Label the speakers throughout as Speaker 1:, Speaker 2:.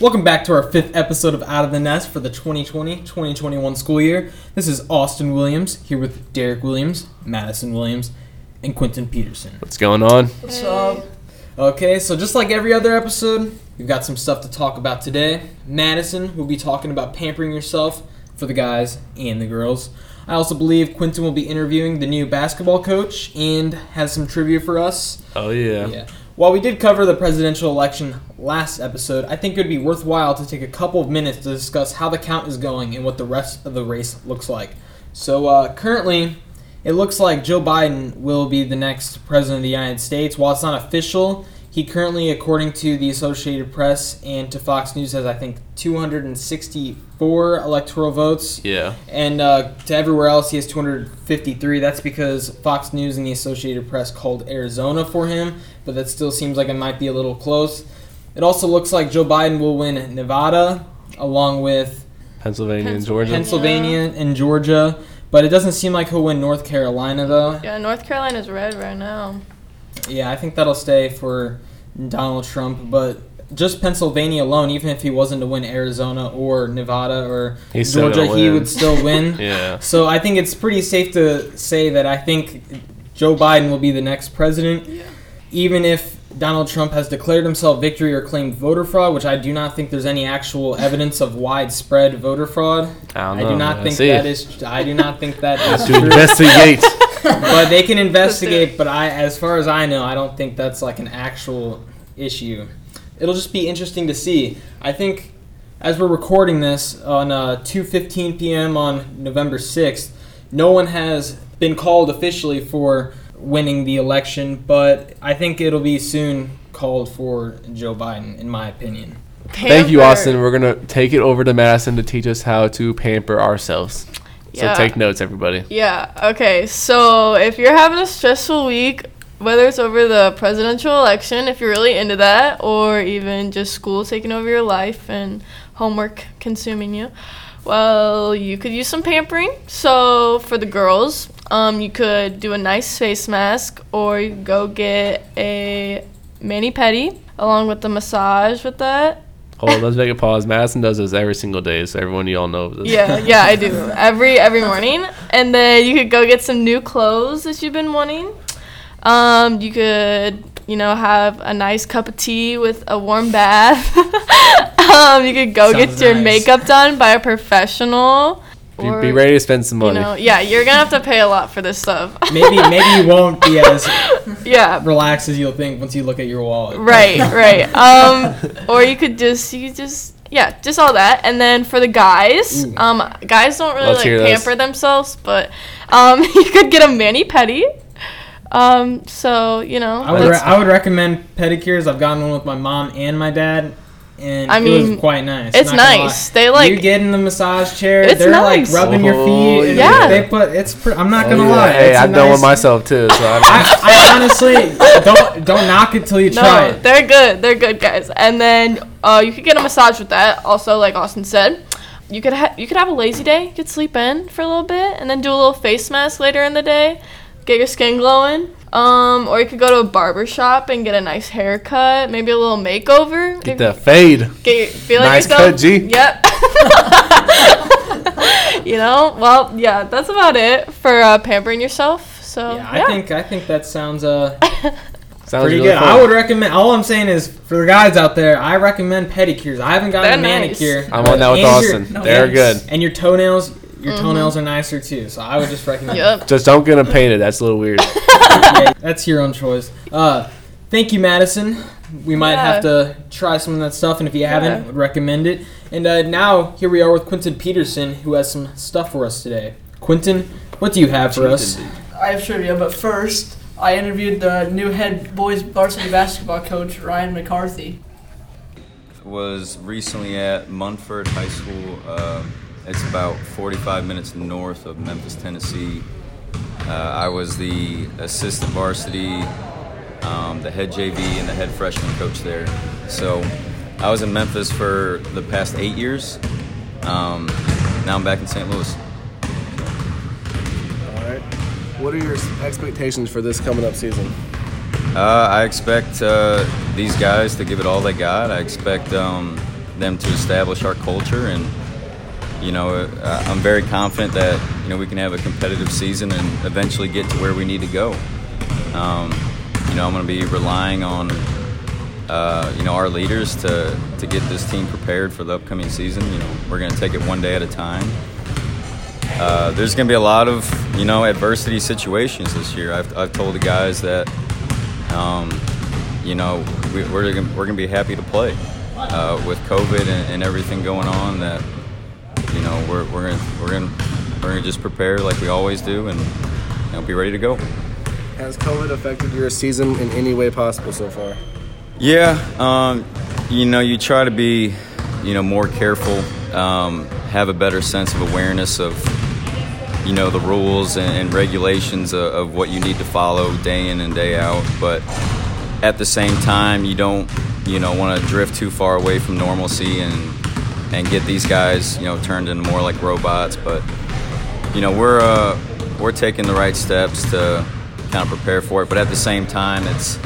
Speaker 1: Welcome back to our fifth episode of Out of the Nest for the 2020 2021 school year. This is Austin Williams here with Derek Williams, Madison Williams, and Quentin Peterson.
Speaker 2: What's going on?
Speaker 1: What's up? Okay, so just like every other episode, we've got some stuff to talk about today. Madison will be talking about pampering yourself for the guys and the girls. I also believe Quentin will be interviewing the new basketball coach and has some trivia for us.
Speaker 2: Oh yeah.
Speaker 1: Yeah. While we did cover the presidential election last episode, I think it would be worthwhile to take a couple of minutes to discuss how the count is going and what the rest of the race looks like. So, uh, currently, it looks like Joe Biden will be the next president of the United States. While it's not official, he currently, according to the Associated Press and to Fox News, has, I think, 264 electoral votes.
Speaker 2: Yeah.
Speaker 1: And uh, to everywhere else, he has 253. That's because Fox News and the Associated Press called Arizona for him, but that still seems like it might be a little close. It also looks like Joe Biden will win Nevada, along with
Speaker 2: Pennsylvania and
Speaker 3: Pennsylvania.
Speaker 2: Georgia.
Speaker 3: Pens-
Speaker 1: Pennsylvania and Georgia, but it doesn't seem like he'll win North Carolina, though.
Speaker 3: Yeah, North Carolina's red right now.
Speaker 1: Yeah, I think that'll stay for Donald Trump, but just Pennsylvania alone, even if he wasn't to win Arizona or Nevada or
Speaker 2: He's still
Speaker 1: Georgia,
Speaker 2: gonna
Speaker 1: he
Speaker 2: win.
Speaker 1: would still win.
Speaker 2: yeah.
Speaker 1: So I think it's pretty safe to say that I think Joe Biden will be the next president, even if Donald Trump has declared himself victory or claimed voter fraud, which I do not think there's any actual evidence of widespread voter fraud.
Speaker 2: I
Speaker 1: I,
Speaker 2: don't know.
Speaker 1: do not think that is. I do not think that is
Speaker 2: to
Speaker 1: true.
Speaker 2: investigate.
Speaker 1: But they can investigate.
Speaker 3: it.
Speaker 1: But I, as far as I know, I don't think that's like an actual issue. It'll just be interesting to see. I think as we're recording this on uh, 2:15 p.m. on November 6th, no one has been called officially for winning the election, but I think it'll be soon called for Joe Biden, in my opinion.
Speaker 2: Thank you,
Speaker 3: Pamper.
Speaker 2: Austin. We're gonna take it over to Madison to teach us how to pamper ourselves.
Speaker 3: Yeah.
Speaker 2: So take notes, everybody.
Speaker 3: Yeah. Okay. So if you're having a stressful week, whether it's over the presidential election, if you're really into that, or even just school taking over your life and homework consuming you, well, you could use some pampering. So for the girls, um, you could do a nice face mask, or you could go get a mani pedi along with the massage with that.
Speaker 2: Hold on, Oh, let's make a pause. Madison does this every single day, so everyone y'all know this.
Speaker 3: Yeah, yeah, I do. Every every morning. And then you could go get some new clothes that you've been wanting. Um, you could, you know, have a nice cup of tea with a warm bath. um, you could go
Speaker 1: Sounds
Speaker 3: get your
Speaker 1: nice.
Speaker 3: makeup done by a professional.
Speaker 2: Be,
Speaker 3: Or,
Speaker 2: be ready to spend some
Speaker 3: You
Speaker 2: money.
Speaker 3: know, yeah, you're gonna have to pay a lot for this stuff.
Speaker 1: Maybe maybe you won't be as
Speaker 3: yeah,
Speaker 1: relaxed as you'll think once you look at your wallet.
Speaker 3: Right, right. Um, or you could just you could just yeah, just all that. And then for the guys,
Speaker 1: Ooh.
Speaker 3: um, guys don't really
Speaker 2: Let's hear
Speaker 3: like
Speaker 2: this.
Speaker 3: pamper themselves, but um, you could get a mani pedi. Um, so you know,
Speaker 1: I would, re-
Speaker 3: that's-
Speaker 1: I would recommend pedicures. I've gotten one with my mom and my dad, and
Speaker 3: I
Speaker 1: it
Speaker 3: mean,
Speaker 1: was quite nice.
Speaker 3: it's
Speaker 1: not gonna lie.
Speaker 3: nice. They like
Speaker 1: you get in the massage chair.
Speaker 3: It's
Speaker 1: they're
Speaker 3: nice.
Speaker 1: like rubbing your
Speaker 2: Oh,
Speaker 1: feet. and
Speaker 3: yeah.
Speaker 1: They put. It's. Pre- I'm not
Speaker 2: Oh,
Speaker 1: gonna
Speaker 2: yeah.
Speaker 1: lie.
Speaker 2: Hey,
Speaker 1: it's a
Speaker 2: I've done one
Speaker 1: nice-
Speaker 2: myself too. So I
Speaker 1: I, I honestly don't don't knock it till you try
Speaker 3: no,
Speaker 1: it.
Speaker 3: they're good. They're good guys. And then uh, you could get a massage with that. Also, like Austin said. You could ha- you could have a lazy day, you could sleep in for a little bit, and then do a little face mask later in the day, get your skin glowing. Um, or you could go to a barber shop and get a nice haircut, maybe a little makeover.
Speaker 2: get
Speaker 3: if-
Speaker 2: the fade.
Speaker 3: Get your, feel like
Speaker 2: Nice
Speaker 3: yourself.
Speaker 2: cut, G.
Speaker 3: Yep. you know, well, yeah, that's about it for uh, pampering yourself. So
Speaker 1: Yeah, I think I think that sounds uh
Speaker 2: Sounds
Speaker 1: pretty
Speaker 2: really
Speaker 1: good.
Speaker 2: fun.
Speaker 1: I would recommend. All I'm saying is for the guys out there, I recommend pedicures. I haven't gotten a
Speaker 3: They're nice.
Speaker 1: manicure.
Speaker 2: I'm on that with
Speaker 1: And your-
Speaker 2: Austin. They're good.
Speaker 1: And your toenails, your
Speaker 3: Mm-hmm.
Speaker 1: toenails are nicer too. So I would just recommend.
Speaker 3: Yep.
Speaker 2: Just don't get them painted. That's a little weird.
Speaker 1: Yeah, that's your own choice. Uh, thank you, Madison. We might
Speaker 3: Yeah.
Speaker 1: have to try some of that stuff, and if you haven't,
Speaker 3: Yeah.
Speaker 1: would recommend it. And uh, now here we are with Quentin Peterson, who has some stuff for us today. Quentin, what do you have for us?
Speaker 4: I have trivia, but first, I interviewed the new head boys varsity basketball coach, Ryan McCarthy.
Speaker 5: was recently at Munford High School. Um it's about 45 minutes north of Memphis, Tennessee. Uh, I was the assistant varsity, um, the head JV, and the head freshman coach there. So I was in Memphis for the past eight years. Um, now I'm back in St. Louis.
Speaker 2: All right. What are your expectations for this coming up season?
Speaker 5: Uh, I expect uh, these guys to give it all they got. I expect um, them to establish our culture. And, you know, uh, I'm very confident that, you know, we can have a competitive season and eventually get to where we need to go. Um, you know, I'm going to be relying on, uh, you know, our leaders to, to get this team prepared for the upcoming season. You know, we're going to take it one day at a time. Uh, there's going to be a lot of, you know, adversity situations this year. I've, I've told the guys that, um, you know, we, we're gonna, we're going to be happy to play uh, with COVID and, and everything going on. That you know we're we're going we're going we're going to just prepare like we always do and you know, be ready to go.
Speaker 6: Has COVID affected your season in any way possible so far?
Speaker 5: Yeah, um, you know, you try to be, you know, more careful, um, have a better sense of awareness of, you know, the rules and, and regulations of, of what you need to follow day in and day out. But at the same time, you don't, you know, want to drift too far away from normalcy and and get these guys, you know, turned into more like robots. But you know, we're uh, we're taking the right steps to kind of prepare for it. But at the same time, it's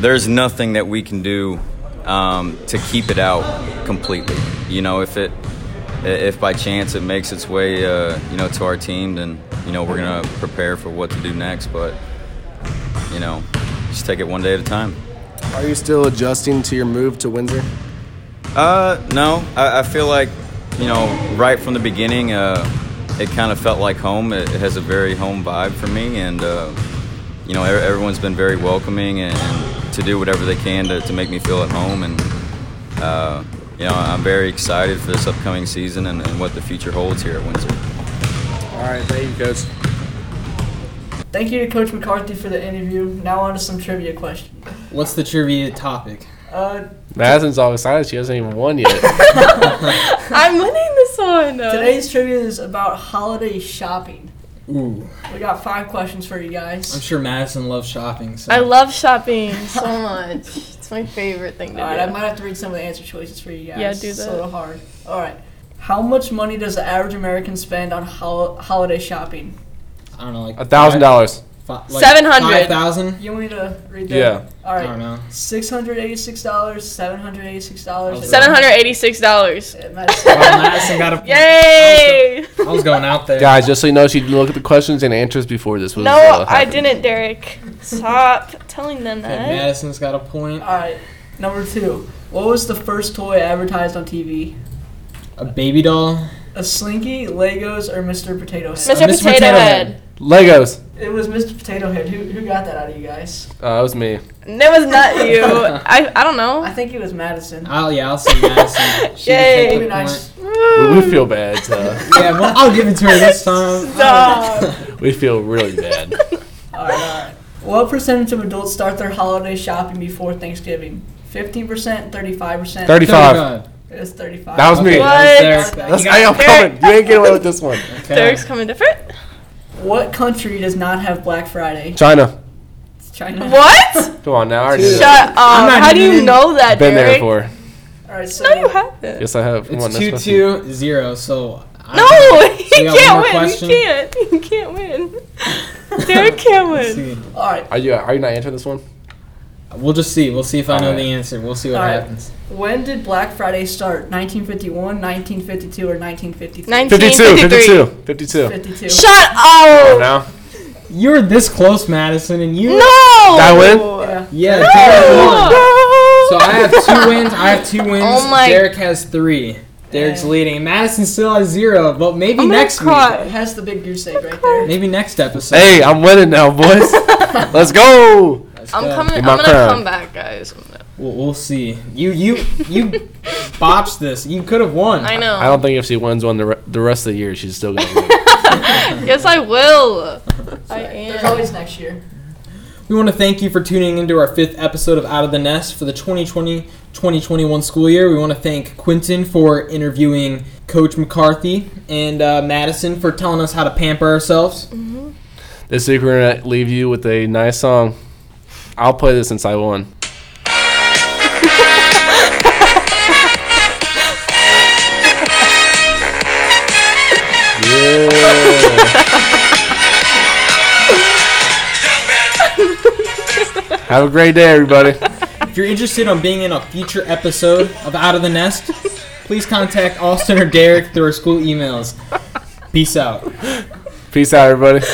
Speaker 5: there's nothing that we can do um, to keep it out completely. You know, if it if by chance it makes its way, uh, you know, to our team, then you know we're gonna prepare for what to do next. But you know, just take it one day at a time.
Speaker 6: Are you still adjusting to your move to Windsor?
Speaker 5: Uh, no, I, I feel like you know, right from the beginning, uh, it kind of felt like home. It, it has a very home vibe for me, and uh, you know, e- everyone's been very welcoming and, and to do whatever they can to, to make me feel at home. And uh, you know, I'm very excited for this upcoming season and, and what the future holds here at Windsor.
Speaker 6: All right, thank you, coach.
Speaker 4: Thank you to Coach McCarthy for the interview. Now on to some trivia questions.
Speaker 1: What's the trivia topic?
Speaker 4: Uh,
Speaker 2: Madison's all excited. She hasn't even won yet.
Speaker 3: I'm winning this one.
Speaker 4: today's trivia is about holiday shopping.
Speaker 1: Ooh,
Speaker 4: We got five questions for you
Speaker 1: I'm
Speaker 4: guys.
Speaker 1: sure Madison loves shopping. So.
Speaker 3: I love shopping so much. It's my favorite thing to
Speaker 4: All right, I
Speaker 3: do.
Speaker 4: might have to read some of the answer choices for you guys.
Speaker 3: Yeah, do
Speaker 4: It's a
Speaker 3: that.
Speaker 4: little hard. All right. How much money does the average American spend on hol- holiday shopping?
Speaker 1: I don't know, like
Speaker 2: A thousand dollars.
Speaker 1: fi-
Speaker 3: $700.
Speaker 1: Five thousand.
Speaker 4: You want me to read that?
Speaker 2: Yeah.
Speaker 4: All
Speaker 1: I
Speaker 4: right.
Speaker 1: don't know.
Speaker 4: Six hundred eighty-six dollars, seven hundred eighty-six dollars.
Speaker 3: Seven hundred eighty-six dollars.
Speaker 1: Well, Madison got a.
Speaker 3: Yay!
Speaker 1: I was going out there.
Speaker 2: Guys, just so you know, she didn't look at the questions and answers before this was.
Speaker 3: No,
Speaker 2: uh,
Speaker 3: I
Speaker 2: happened.
Speaker 3: didn't, Derek. Stop telling them
Speaker 1: Okay,
Speaker 3: that.
Speaker 1: Madison's got a point.
Speaker 4: All right. Number two. What was the first toy advertised on TV?
Speaker 1: A baby doll.
Speaker 4: A Slinky, Legos, or Mr. Potato Head?
Speaker 3: Mr.
Speaker 1: Mr.
Speaker 3: Potato,
Speaker 1: Potato
Speaker 3: Head.
Speaker 1: Head.
Speaker 2: Legos.
Speaker 4: It was Mr. Potato Head. Who, who got that out of you guys?
Speaker 2: Uh, it was me.
Speaker 3: That was not you. I, I don't
Speaker 4: I
Speaker 3: know.
Speaker 4: think it was Madison.
Speaker 1: I'll yeah, I'll say Madison. She
Speaker 3: Yay.
Speaker 1: can take
Speaker 4: Very
Speaker 1: the
Speaker 4: nice.
Speaker 2: We, we feel bad. Uh,
Speaker 1: point. Yeah, well, I'll give it to her this time.
Speaker 3: Stop.
Speaker 2: we feel really bad.
Speaker 4: All right, all right. What percentage of adults start their holiday shopping before Thanksgiving? 15%, 35%.
Speaker 2: Thirty-five.
Speaker 4: It was 35.
Speaker 2: That was
Speaker 1: Okay,
Speaker 2: me.
Speaker 1: that was
Speaker 3: What?
Speaker 1: Derek.
Speaker 2: That's,
Speaker 1: You
Speaker 2: hey, I'm
Speaker 1: got-
Speaker 2: coming. You ain't getting away with this one.
Speaker 1: okay.
Speaker 3: Derek's coming different.
Speaker 4: What country does not have Black Friday?
Speaker 2: China.
Speaker 4: It's China.
Speaker 3: What?
Speaker 2: Come on now. I already
Speaker 1: Dude.
Speaker 2: did
Speaker 3: Shut
Speaker 2: that.
Speaker 3: up.
Speaker 1: not
Speaker 3: How do you
Speaker 1: even-
Speaker 3: know that,
Speaker 2: Been there
Speaker 3: Derek?
Speaker 2: before.
Speaker 4: All right, so
Speaker 3: No, you haven't.
Speaker 2: Yes, I have. Come on,
Speaker 1: It's
Speaker 2: next
Speaker 1: two
Speaker 2: question.
Speaker 1: two zero. So I-
Speaker 3: No, he
Speaker 1: So we got one
Speaker 3: can't
Speaker 1: more
Speaker 3: win.
Speaker 1: question?
Speaker 3: He can't. He can't win. Derek can't
Speaker 1: Let's
Speaker 3: win.
Speaker 1: see.
Speaker 4: all right.
Speaker 2: Are you are you not answering this one?
Speaker 1: We'll just see. We'll see if I know
Speaker 2: Alright.
Speaker 1: the answer. We'll see what
Speaker 4: Alright.
Speaker 1: happens.
Speaker 4: When did Black Friday start? 1951, 1952, or 1953?
Speaker 3: Nineteen
Speaker 2: 52,
Speaker 3: fifty-three.
Speaker 2: 52, 52.
Speaker 4: 52.
Speaker 3: Shut up.
Speaker 2: Now
Speaker 1: You were this close, Madison, and you.
Speaker 3: No. Did
Speaker 2: I win?
Speaker 4: Yeah.
Speaker 1: Yeah. Derek won. So
Speaker 3: No.
Speaker 1: I have two wins. I have two wins.
Speaker 3: Oh my-
Speaker 1: Derek has three. Derek's
Speaker 4: Dang.
Speaker 1: leading. Madison still has zero, but maybe
Speaker 3: I'm gonna
Speaker 1: next week.
Speaker 3: cry.
Speaker 4: It has the big goose egg right there.
Speaker 1: Maybe next episode.
Speaker 2: Hey, I'm winning now, boys. Let's go.
Speaker 1: Let's
Speaker 3: I'm
Speaker 1: go.
Speaker 3: coming. I'm
Speaker 2: In my
Speaker 3: gonna
Speaker 2: crown.
Speaker 3: come back, guys. I'm gonna-
Speaker 1: We'll, we'll see. You you you botched this. You could have won.
Speaker 3: I know.
Speaker 2: I don't think if she wins one the, re- the rest of the year, she's still gonna win.
Speaker 3: Yes, I will. I
Speaker 4: There's
Speaker 3: am.
Speaker 4: always next year.
Speaker 1: We want to thank you for tuning into our fifth episode of Out of the Nest for the 2020-2021 school year. We want to thank Quinton for interviewing Coach McCarthy and uh, Madison for telling us how to pamper ourselves.
Speaker 2: this week we're gonna leave you with a nice song. I'll play this since I won. yeah. Have a great day, everybody.
Speaker 1: If you're interested on being in a future episode of Out of the Nest, please contact Austin or Derek through our school emails. Peace out.
Speaker 2: Peace out, everybody.